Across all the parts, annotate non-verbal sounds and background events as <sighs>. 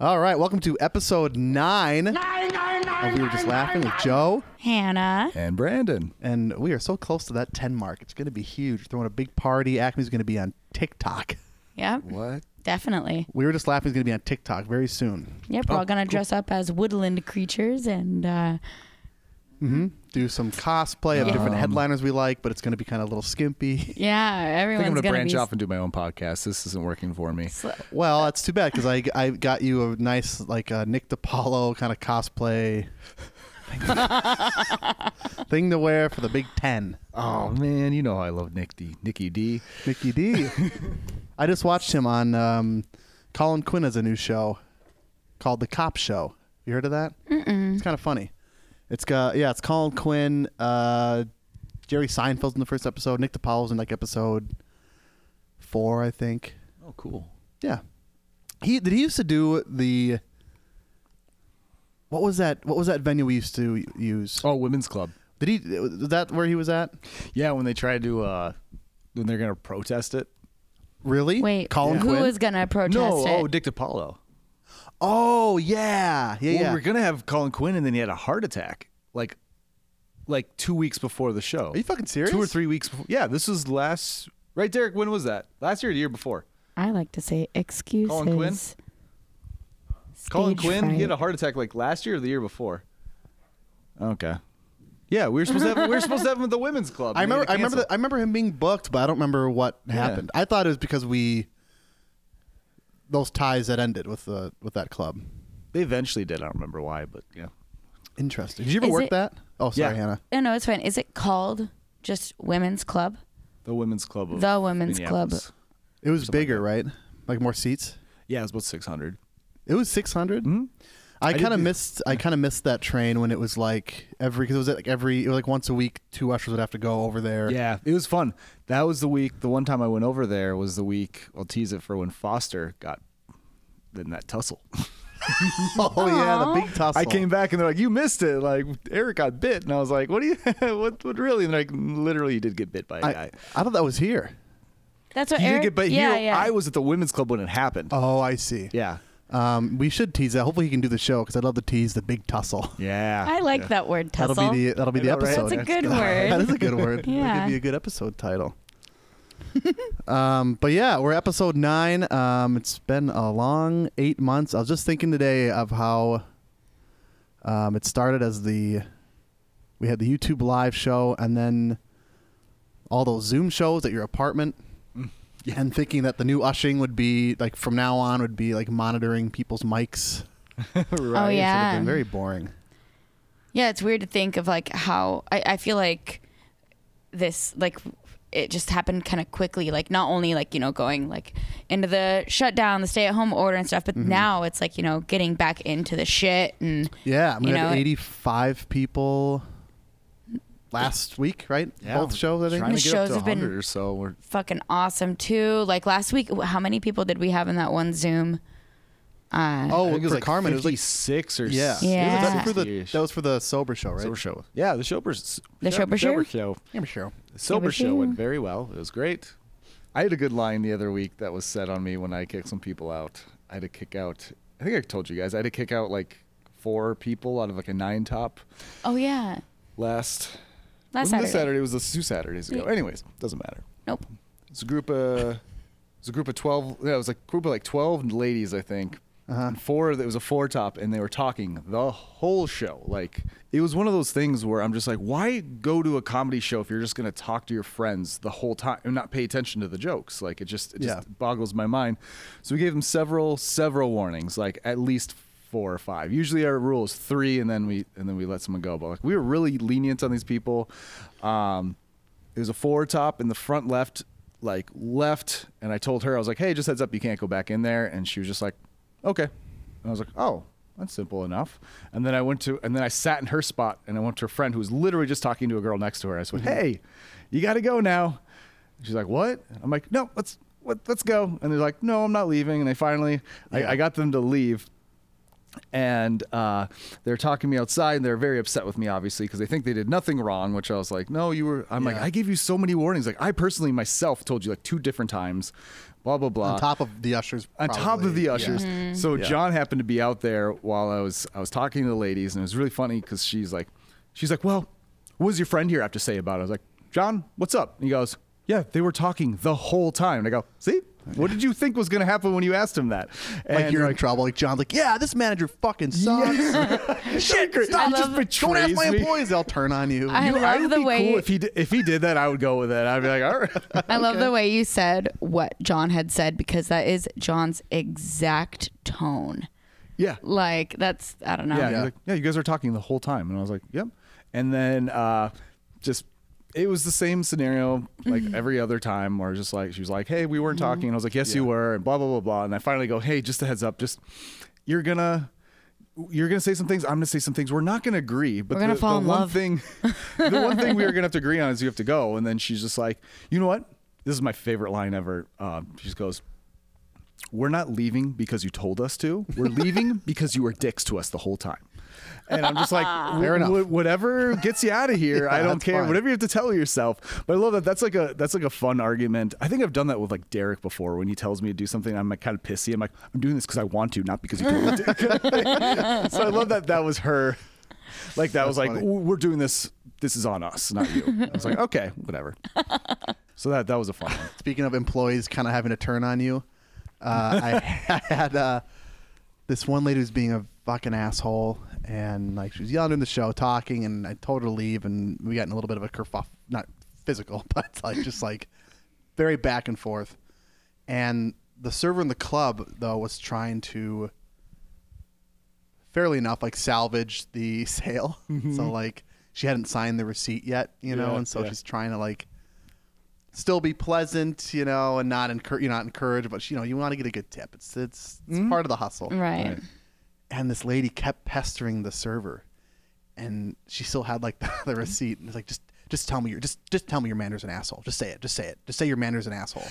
All right, welcome to episode nine. of we were just laughing with Joe, Hannah. and Brandon. and we are so close to that ten mark. It's going to be huge. Throwing a big party. Acme's going to be on TikTok. Yep. What? Definitely. We were just laughing. Is going to be on TikTok very soon. Yep. Oh, We're all gonna dress up as woodland creatures and uh, Do some cosplay of different headliners we like, but it's going to be kind of a little skimpy. <laughs> yeah, I think everyone's I'm gonna, gonna branch be off and do my own podcast. This isn't working for me. sl- Well, that's too bad because I, I got you a nice like uh, Nick DiPaolo kind of cosplay <laughs> thing, thing to wear for the Big Ten. Oh man, you know I love Nick D. Nicky D. Nicky D. I just watched him on um, Colin Quinn has a new show called The Cop Show. You heard of that? Mm-mm. It's kind of funny. It's got yeah, it's Colin Quinn. Uh, Jerry Seinfeld's in the first episode. Nick DiPaolo's in like episode four, I think. Oh, cool. Yeah, he did. He used to do the. What was that? What was that venue we used to use? Oh, women's club. Did he? Was that where he was at? Yeah, when they try to, uh when they're gonna protest it. Really? Wait, Colin who Quinn. was gonna protest no, it? oh Dick DiPaolo. Oh yeah, yeah, Well, yeah. we we're gonna have Colin Quinn, and then he had a heart attack, like, like two weeks before the show. Are you fucking serious? Two or three weeks before. Yeah, this was last. Right, Derek. When was that? Last year, or the year before. I like to say excuses. Quinn? Stage Colin Quinn, he had a fright. heart attack like last year or the year before. Okay. Yeah, we were supposed to have we were supposed to have him at the women's club. I and they remember. I remember. canceled. The, I remember him being booked, but I don't remember what happened. I thought it was because we those ties that ended with the with that club. they eventually did. I don't remember why, but yeah. Interesting. Did you ever Is work it- that? Oh, sorry, Yeah. Hannah. No, no, it's fine. Is it called just women's club? The women's club. Of The women's club. Minneapolis. It was bigger, right? Like more seats. Yeah, it was about six hundred. It was six I Mm-hmm. did kind of the- missed. I kind of missed that train when it was like every because it was like every it was like once a week. Two ushers would have to go over there. Yeah, it was fun. That was the week. The one time I went over there was the week. I'll tease it for when Foster got in that tussle. <laughs> Oh yeah, the Aw. big tussle. I came back and they're like, "You missed it." Like Eric got bit, and I was like, "What do you? <laughs> what? What really?" And they're like, "Literally, you did get bit by a I, guy." I thought that was here. That's what You Eric. did get bit yeah, here. yeah. I was at the women's club when it happened. Oh, I see. Yeah. Um, we should tease that. Hopefully, he can do the show because I'd love to tease the big tussle. <laughs> Yeah. <laughs> I like that word tussle. That'll be the that'll be I the know, right? episode. That's a <laughs> good that word. is a good <laughs> word. That Yeah. could be a good episode title. um, but yeah, we're episode nine. Um, it's been a long eight months. I was just thinking today of how um, it started as the we had the YouTube live show and then all those Zoom shows at your apartment. And thinking that the new ushing would be like from now on would be like monitoring people's mics. oh It should have yeah. been very boring. Yeah, it's weird to think of like how I, I feel like this like it just happened kind of quickly. Like not only like you know going like into the shutdown, the stay at home order and stuff, but Mm-hmm. now it's like you know getting back into the shit and Yeah, I mean, You we had know, it- 85 people last week, right? Yeah, Both shows, I think. Trying The to get up shows to have been- 100 or so. We're, fucking awesome too. Like last week, how many people did we have in that one Zoom? Uh, Oh, it was like Carmen. It was like six or yeah, s- Yeah. It was- That, was for the, 60-ish. that was for the sober show, right? sober show. Yeah, the sober s- The show- sober show? sober show. Sober show. The sober Sober show show. went very well. It was great. I had a good line the other week that was said on me when I kicked some people out. I had to kick out. I think I told you guys I had to kick out like four people out of like a nine top oh yeah, last last. wasn't Saturday. This Saturday it was this two Saturdays ago. Yeah. Anyways, doesn't matter. Nope. It's a group of it's a group of twelve. Yeah, it was a group of like twelve ladies, I think. And four. It was a four top, and they were talking the whole show. Like it was one of those things where I'm just like, why go to a comedy show if you're just gonna talk to your friends the whole time and not pay attention to the jokes? Like it just it just Yeah. boggles my mind. So we gave them several several warnings, like at least four or five. Usually our rule is three, and then we and then we let someone go. But like we were really lenient on these people. Um, it was a four top in the front left, like left, and I told her I was like, "Hey, just heads up, you can't go back in there." And she was just like, "Okay," and I was like, "Oh." That's simple enough. And then I went to, and then I sat in her spot, and I went to her friend who was literally just talking to a girl next to her. I said, "Hey, you got to go now." She's like, "What?" I'm like, "No, let's let, let's go." And they're like, "No, I'm not leaving." And I finally, I, I got them to leave, and uh, they're talking to me outside and they're very upset with me obviously because they think they did nothing wrong which i was like no you were i'm like Yeah. i gave you so many warnings like i personally myself told you like two different times blah blah blah on top of the ushers. on top of probably. the Yeah. ushers. Mm-hmm. So Yeah. John happened to be out there while I was I was talking to the ladies, and it was really funny because she's like, she's like, well, what does your friend here have to say about it? I was like, John, what's up? And he goes, yeah, they were talking the whole time. And I go, see, what did you think was going to happen when you asked him that? Like And you're <laughs> in trouble. Like John's like, yeah, this manager fucking sucks. <laughs> shit, Chris, I he just love- Don't ask betrays my me. employees; they'll turn on you. I You- love would the be way- cool if he d- if he did that, I would go with it. I'd be like, all right. I love the way you said what John had said because that is John's exact tone. <laughs> yeah. Like that's I don't know. Yeah, Yeah. he's like, yeah, you guys are talking the whole time, and I was like, yep. And then uh, just it was the same scenario like Mm-hmm. every other time, where just like she was like, hey, we weren't talking, and I was like, yes, you Yeah. were, and blah blah blah blah. And I finally go, hey, just a heads up, just you're gonna. You're gonna say some things. I'm gonna say some things. We're not gonna agree, but We're gonna the, fall the in one love. thing, <laughs> the one thing we are gonna have to agree on is you have to go. And then she's just like, you know what? This is my favorite line ever. Uh, she just goes, we're not leaving because you told us to. <laughs> We're leaving because you were dicks to us the whole time. And I'm <laughs> just like, Fair enough. wh- whatever gets you out of here, Yeah, I don't that's care. fine. Whatever you have to tell yourself. But I love that. That's like a that's like a fun argument. I think I've done that with like Derek before. When he tells me to do something, I'm like kind of pissy. I'm like, I'm doing this because I want to, not because you told <laughs> me to. <laughs> so I love that that was her. Like that was like, funny. "Ooh, we're doing this. This is on us, not you. I was like, okay, <laughs> whatever. So that that was a fun one. Speaking of employees kind of having to turn on you, uh, <laughs> I had uh, this one lady who's being a fucking asshole, and like she was yelling in the show, talking, and I told her to leave, and we got in a little bit of a kerfuffle, not physical, <laughs> but like just like very back and forth. And the server in the club though was trying to, fairly enough, like salvage the <laughs> sale. So like she hadn't signed the receipt yet, you know, Mm-hmm. Yeah, and so yeah. she's trying to like still be pleasant, you know, and not encour- you not encourage, but you know, you want to get a good tip. It's it's, it's part of the hustle. Right. And this lady kept pestering the server, and she still had like <laughs> the, the receipt. And it's like just just tell me your just just tell me your manager's an asshole. Just say it. Just say it. Just say your manager's an asshole.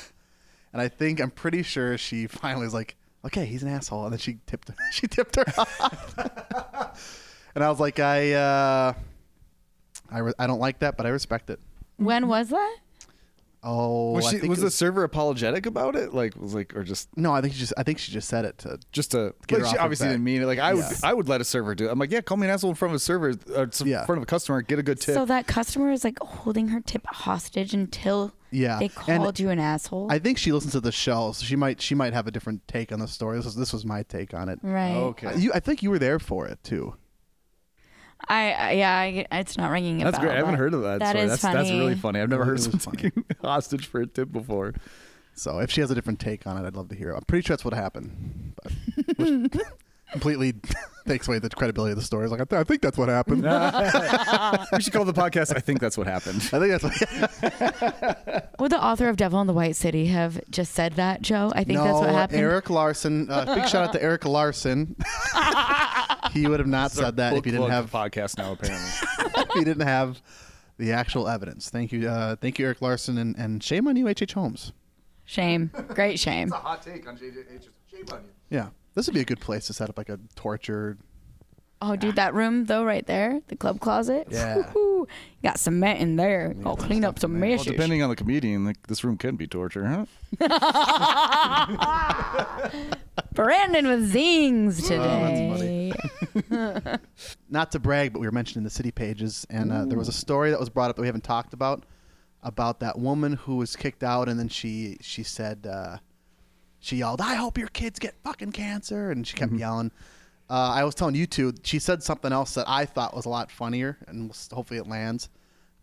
And I think I'm pretty sure she <laughs> finally was like, okay, he's an asshole, and then she tipped <laughs> she tipped her off. <laughs> and I was like, I uh, I re- I don't like that, but I respect it. When was that? Oh, Was, I she, think was it the server apologetic about it? Like was like or just No, I think she just I think she just said it to just to Get her like, off she her obviously back. didn't mean it. Like I would Yeah. I would let a server do it. I'm like, yeah, call me an asshole in front of a server, uh, s- Yeah. in front of a customer, get a good tip. So that customer is like holding her tip hostage until Yeah, they and- called you an asshole. I think she listens to the show, so she might she might have a different take on the story. This was this was my take on it. right. Oh, Uh, You, I think you were there for it too. I, I yeah. I, it's not ringing a that's bell, great. I haven't but heard of that. That story. is that's funny. that's really funny. I've never It heard was someone funny. taking hostage for a tip before. So if she has a different take on it, I'd love to hear. it. I'm pretty sure that's what happened, <laughs> but which completely <laughs> takes away the credibility of the story. It's like I, th- I think that's what happened. we should call the podcast. I think that's what happened. <laughs> I think that's what. Would the author of Devil in the White City have just said that, Joe? I think no, uh, that's what happened. Eric Larson. Uh, big shout out to Eric <laughs> Larson. he would have not said that if he didn't have podcast now, <laughs> apparently. if <laughs> he didn't have the actual evidence. Thank you, uh, thank you, Eric Larson, and, and shame on you, H. H. Holmes. Shame. Great shame. Hot take on JJ. Shame on you. Yeah, this would be a good place to set up like a torture. Oh, dude, that room though, right there, the club closet. Yeah. Woo-hoo. Got cement in there. I'll clean up some Well, meshes. depending on the comedian, like, this room can be torture, huh? Brandon with zings Oh, that's today. Not to brag, but we were mentioning the city pages, and uh, there was a story that was brought up that we haven't talked about about that woman who was kicked out, and then she she said uh, she yelled, "I hope your kids get fucking cancer," and she kept yelling. Uh, I was telling you two, she said something else that I thought was a lot funnier, and we'll s- hopefully it lands.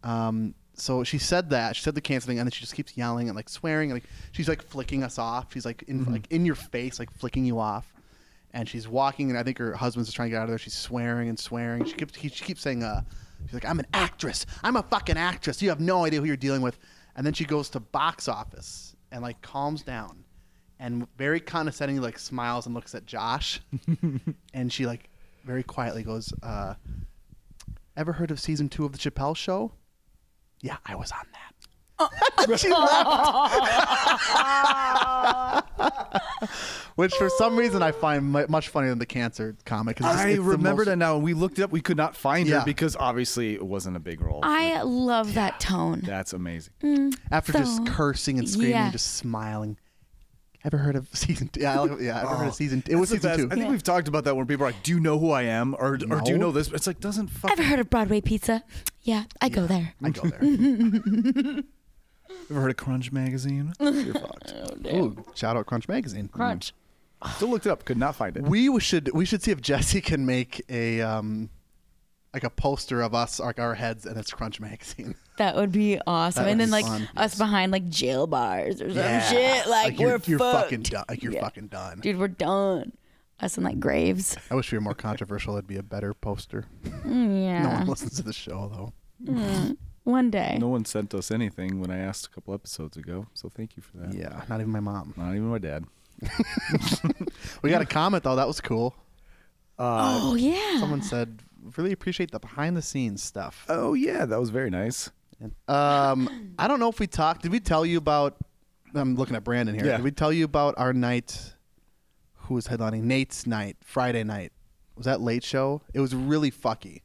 Um, so she said that she said the cancer thing, and then she just keeps yelling and like swearing, and like she's like flicking us off. She's like in like in your face, like flicking you off. And she's walking, and I think her husband's just trying to get out of there. She's swearing and swearing. She keeps he, she keeps saying, uh, she's like, "I'm an actress. I'm a fucking actress. You have no idea who you're dealing with." And then she goes to box office and like calms down, and very condescendingly like smiles and looks at Josh, and she like very quietly goes, uh, "Ever heard of season two of the Chappelle Show?" Yeah, I was on that. <laughs> Uh, <laughs> she left. which for some reason I find mu- much funnier than the cancer comic. 'cause it's- I it's the remember most- that now. When we looked it up, we could not find Yeah. her because obviously it wasn't a big role. I love that tone. That's amazing. after just So, cursing and screaming, yeah. and just smiling. Ever heard of season? Two? Yeah, I like- yeah. Ever heard of season? It was Oh, That's the season best. two. I think we've talked about that when people are like, "Do you know who I am?" or "Or do you No. know this?" It's like doesn't Ever fucking. heard of Broadway pizza? Yeah, I go there. I go <laughs> there. Ever heard of Crunch magazine? You're fucked. Ooh, shout out Crunch Magazine. Mm. Crunch. Still looked it up. Could not find it. We should we should see if Jesse can make a um like a poster of us like our heads and it's Crunch Magazine. That would be awesome. That and would then be like fun. us behind like jail bars or some Yeah. shit. Like, you're, we're you're fucked. fucking done. Like you're Yeah. fucking done. Dude, we're done. Us in like graves. I wish we were more controversial. It'd be a better poster. <laughs> Mm, yeah. <laughs> Hmm. No one listens to the show though. One day. No one sent us anything when I asked a couple episodes ago, so thank you for that. Yeah, not even my mom. Not even my dad. We got a comment though. That was <sighs> cool. oh yeah. Someone said, "Really appreciate the behind the scenes stuff." Oh yeah, that was very nice. Um, I don't know if we talked. Did we tell you about? I'm looking at Brandon here. Yeah. Did we tell you about our night? Who was headlining? Nate's night, Friday night. Was that late show? It was really fucky,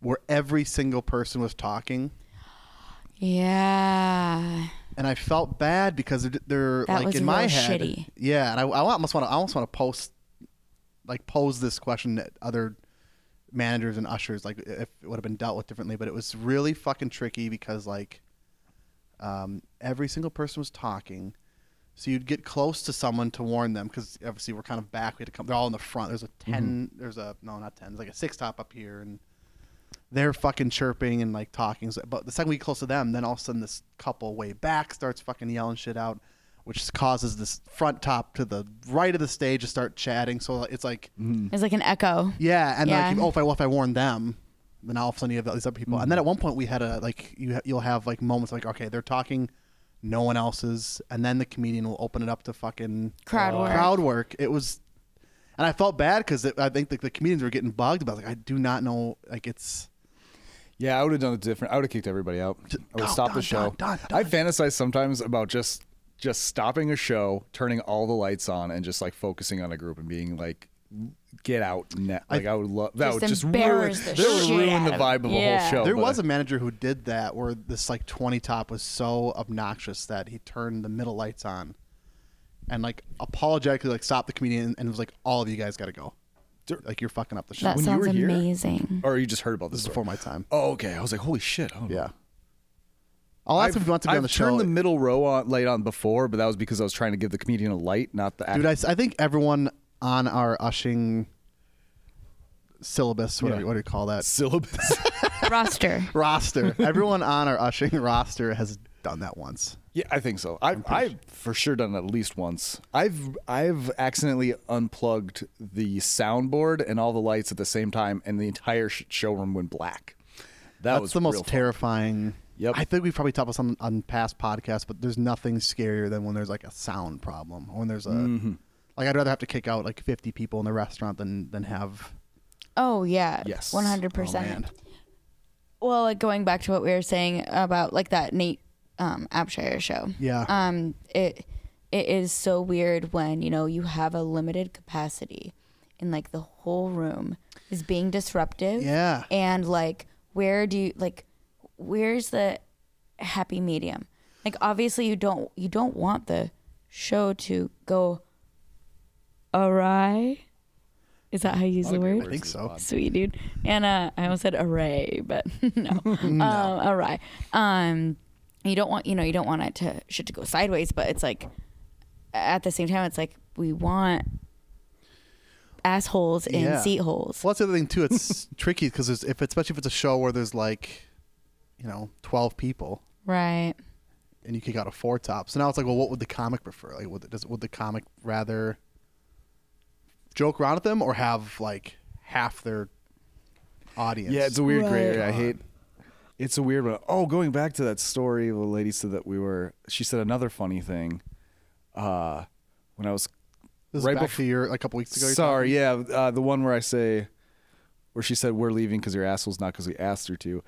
where every single person was talking, yeah. and I felt bad because they're, they're That like was in my real head. shitty. Yeah, and I, I almost want to. I almost want to post, like pose this question that other managers and ushers like if it would have been dealt with differently. But it was really fucking tricky because like. um, every single person was talking. So you'd get close to someone to warn them because obviously we're kind of back. We had to come. They're all in the front. There's a 10 There's a no, not ten. There's like a six top up here, and they're fucking chirping and like talking. So, but the second we get close to them, then all of a sudden this couple way back starts fucking yelling shit out, which causes this front top to the right of the stage to start chatting. So it's like It's like an echo. yeah, and Yeah. like, oh, if I well, if I warn them, then all of a sudden you have all these other people. And then at one point we had a like you ha- you'll have like moments like okay they're talking, no one else's, and then the comedian will open it up to fucking Crowd work. Crowd work. It was, and I felt bad because I think like the comedians were getting bugged about like I do not know like it's Yeah, I would have done it different. I would have kicked everybody out. I would go, stop the oh, done, show. done, done, I fantasize sometimes about just just stopping a show, turning all the lights on, and just like focusing on a group and being like, "Get out!" Net. Like I, would love Just that would just ruin embarrass the that would shit ruin out the of vibe it. of a whole Yeah. show. there but- was a manager who did that where this like 20 top was so obnoxious that he turned the middle lights on and like apologetically like stopped the comedian and was like all of you guys got to go Dur- like you're fucking up the show That When you sounds were <laughs> here- amazing. or you just heard about This this is before story. my time. Oh, okay. I was like, "Holy shit!" Oh, Yeah. I'll ask if you want to be I've on the turned show. the middle row on, light on before, but that was because I was trying to give the comedian a light, not the act. <laughs> Dude, I, s- I think everyone on our ushing syllabus, whatever, Yeah. what do you call that? syllabus. Roster. roster. <laughs> Everyone on our ushing roster has done that once. Yeah, I think so. I've, I've for sure done it at least once. I've I've accidentally unplugged the soundboard and all the lights at the same time, and the entire sh- showroom went black. That That's was the real most fun. terrifying. Yep. I think we've probably talked about this on, on past podcasts, but there's nothing scarier than when there's like a sound problem or when there's a. Mm-hmm. Like, I'd rather have to kick out like 50 people in the restaurant than, than have. Oh yeah. Yes. One hundred man. percent. Well, like going back to what we were saying about like that Nate um, Abshire show. Yeah. Um, it it is so weird when you know you have a limited capacity, and like the whole room is being disruptive. Yeah. And like, where do you like? Where's the happy medium? Like, obviously you don't you don't want the show to go awry. Is that how you use the word? I think so. Sweet dude. And uh, I almost said array, but <laughs> no. Um, array. Um, you don't want you know you don't want it to shit to go sideways, but it's like at the same time it's like we want assholes in Yeah. seat holes. Well, that's the other thing too. <laughs> It's tricky because if especially if it's a show where there's like, you know, twelve people Right. and you kick out a four top. So now it's like, well, what would the comic prefer? Like, would does would the comic rather joke around with them or have like half their audience? Yeah, it's a weird gray Right. area. I hate. It's a weird one. Oh, going back to that story, the lady said that we were. She said another funny thing. Uh, when I was this is right back bef- to your like, a couple weeks ago. you're Sorry, yeah, uh, the one where I say, where she said we're leaving because your asshole's not because we asked her to.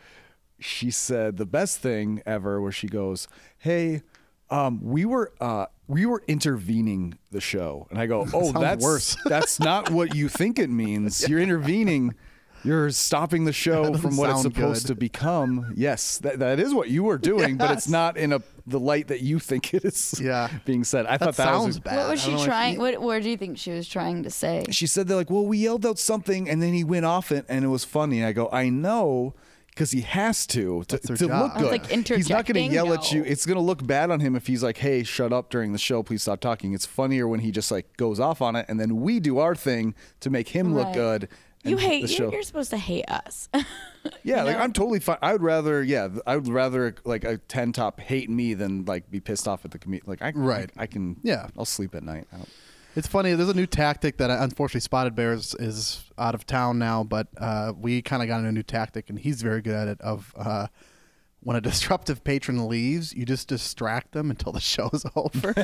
She said the best thing ever, where she goes, "Hey, um, we were uh, we were intervening the show, and <laughs> I go, oh, sounds that's worse. <laughs> that's not what you think it <laughs> means. You're intervening. You're stopping the show doesn't from what it's sound supposed good. to become. Yes, that, that is what you were doing, but it's Yes. not in a the light that you think it is Yeah. being said. I thought that was sounds a- bad. What was I she don't know if trying? What, what do you think she was trying to say? she said they're like, well, we yelled out something, and then he went off it, and it was funny. And I go, I know. Because he has to to, their to job. look Oh, it's good. like he's not going interjecting? to yell at you. No. It's going to look bad on him if he's like, "Hey, shut up during the show. Please stop talking." It's funnier when he just like goes off on it, and then we do our thing to make him look Right. good. You and hate the you, show. you're supposed to hate us. <laughs> Yeah, you like know? I'm totally fine. I would rather, yeah, th- I would rather like a ten top hate me than like be pissed off at the comedian. Like I, Right. I, can, Yeah. I'll sleep at night. I don't- It's funny. There's a new tactic that I, unfortunately Spotted Bears is out of town now, but uh, we kind of got a new tactic, and he's very good at it. Of uh, when a <laughs> disruptive patron leaves, you just distract them until the <laughs> show's <laughs> over.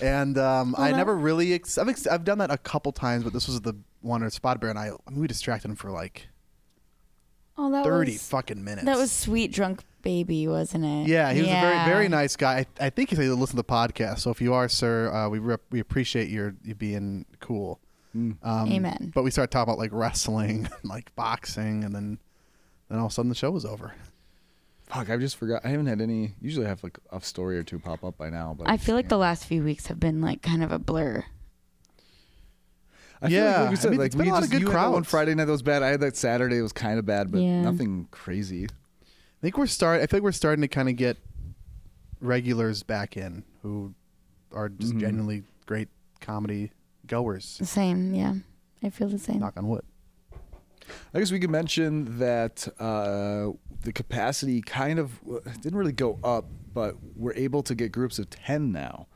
and um, I that- never really, ex- I've, ex- I've done that a couple times, but this was the one where Spotted Bear and I, I mean, we distracted him for like Oh, that 30 was fucking minutes. that was sweet drunk baby, wasn't it? Yeah, he was a Yeah. very very nice guy. I, I think he's able to listen to the podcast. So if you are, sir, uh, we rep, we appreciate your you being cool. Um, Amen. But we started talking about like wrestling, <laughs> and, like boxing, and then then all of a sudden the show was over. fuck, I just forgot. I haven't had any. Usually, I have like a story or two pop up by now. But I feel like the last few weeks have been like kind of a blur. I feel like, Yeah, like we I said, mean, like it's been we a lot of just, good you had that one crowds. Friday night that was bad. I had that Saturday that was kind of bad, but Yeah. nothing crazy. I think we're start. I think we're starting to kind of get regulars back in who are just Mm-hmm. genuinely great comedy goers. The same, yeah. I feel the same. Knock on wood. I guess we could mention that uh, the capacity kind of it didn't really go up, but we're able to get groups of 10 now.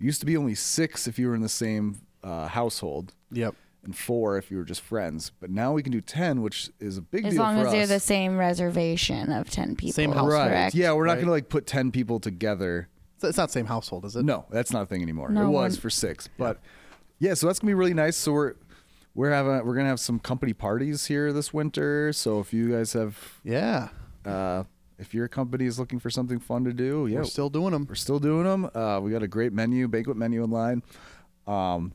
It used to be only six if you were in the same uh, household, Yep. and four if you were just friends. But now we can do 10, which is a big As deal long for as they're us. the same reservation of ten people. Same house, right. correct? Yeah, we're not Right. going to like put 10 people together. So it's not the same household, is it? No, that's not a thing anymore. No, it was we're- for six, but yeah, so that's gonna be really nice. So we're we're having we're gonna have some company parties here this winter. So if you guys have, Yeah. uh, if your company is looking for something fun to do, yeah, We're still doing them. we're still doing them. Uh, we got a great menu, banquet menu in line, um,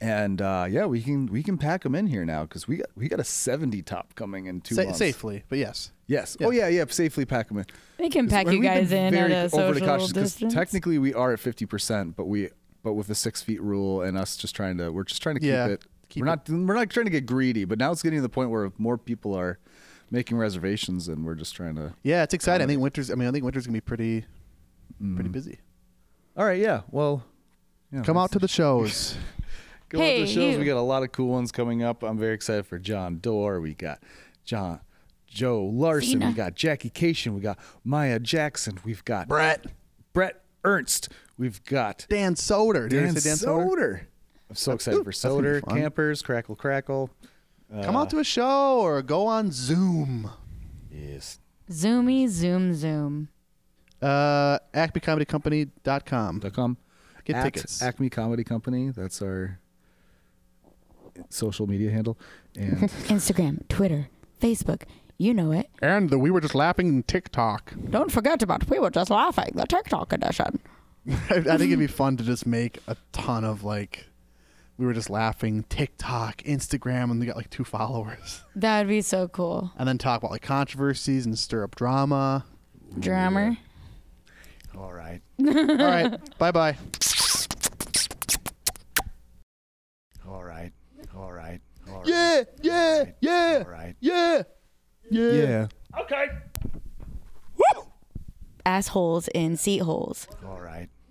and uh, yeah, we can we can pack them in here now because we got we got a seventy top coming in two Sa- months. safely, but yes. Yes. Oh yeah, yeah. Safely pack them in. We can pack And you we've been guys in at very a overly social cautious 'cause distance. Technically, we are at fifty percent, but we but with the six feet rule and us just trying to we're just trying to keep Yeah, it. keep we're not we're not trying to get greedy, but now it's getting to the point where more people are making reservations, and we're just trying to. Yeah, it's exciting. I think winter's. I mean, I think winter's gonna be pretty, pretty busy. All right. Yeah. Well. Yeah, Come out to the <laughs> shows. Go out to Hey, the shows. you. We got a lot of cool ones coming up. I'm very excited for John Doerr. We got John Joe Larson. Cena. We got Jackie Cation. We got Maya Jackson. We've got Brett, Brett Ernst. We've got Dan Soder. Did I Dan, say Dan Soder? Soder. I'm so excited for that's gonna be Soder, fun. Campers, Crackle Crackle. Come out to a show or go on Zoom. Yes. Zoomy zoom zoom. Uh, acmecomedycompany.com. com. Get At tickets. Acme Comedy Company. That's our social media handle. And <laughs> Instagram, Twitter, Facebook. You know it. And the we were just laughing <laughs> TikTok. Don't forget about we were just laughing, the TikTok edition. I, I think it'd be fun to just make a ton of like, we were just laughing TikTok, Instagram, and they got like two followers, <laughs> That'd be so cool. and then talk about like controversies and stir up <laughs> drama. Drummer. all right. All right, bye bye. All right. All right. All right. Yeah, yeah, yeah, All right. yeah, yeah. Yeah. Assholes in seat holes. All right.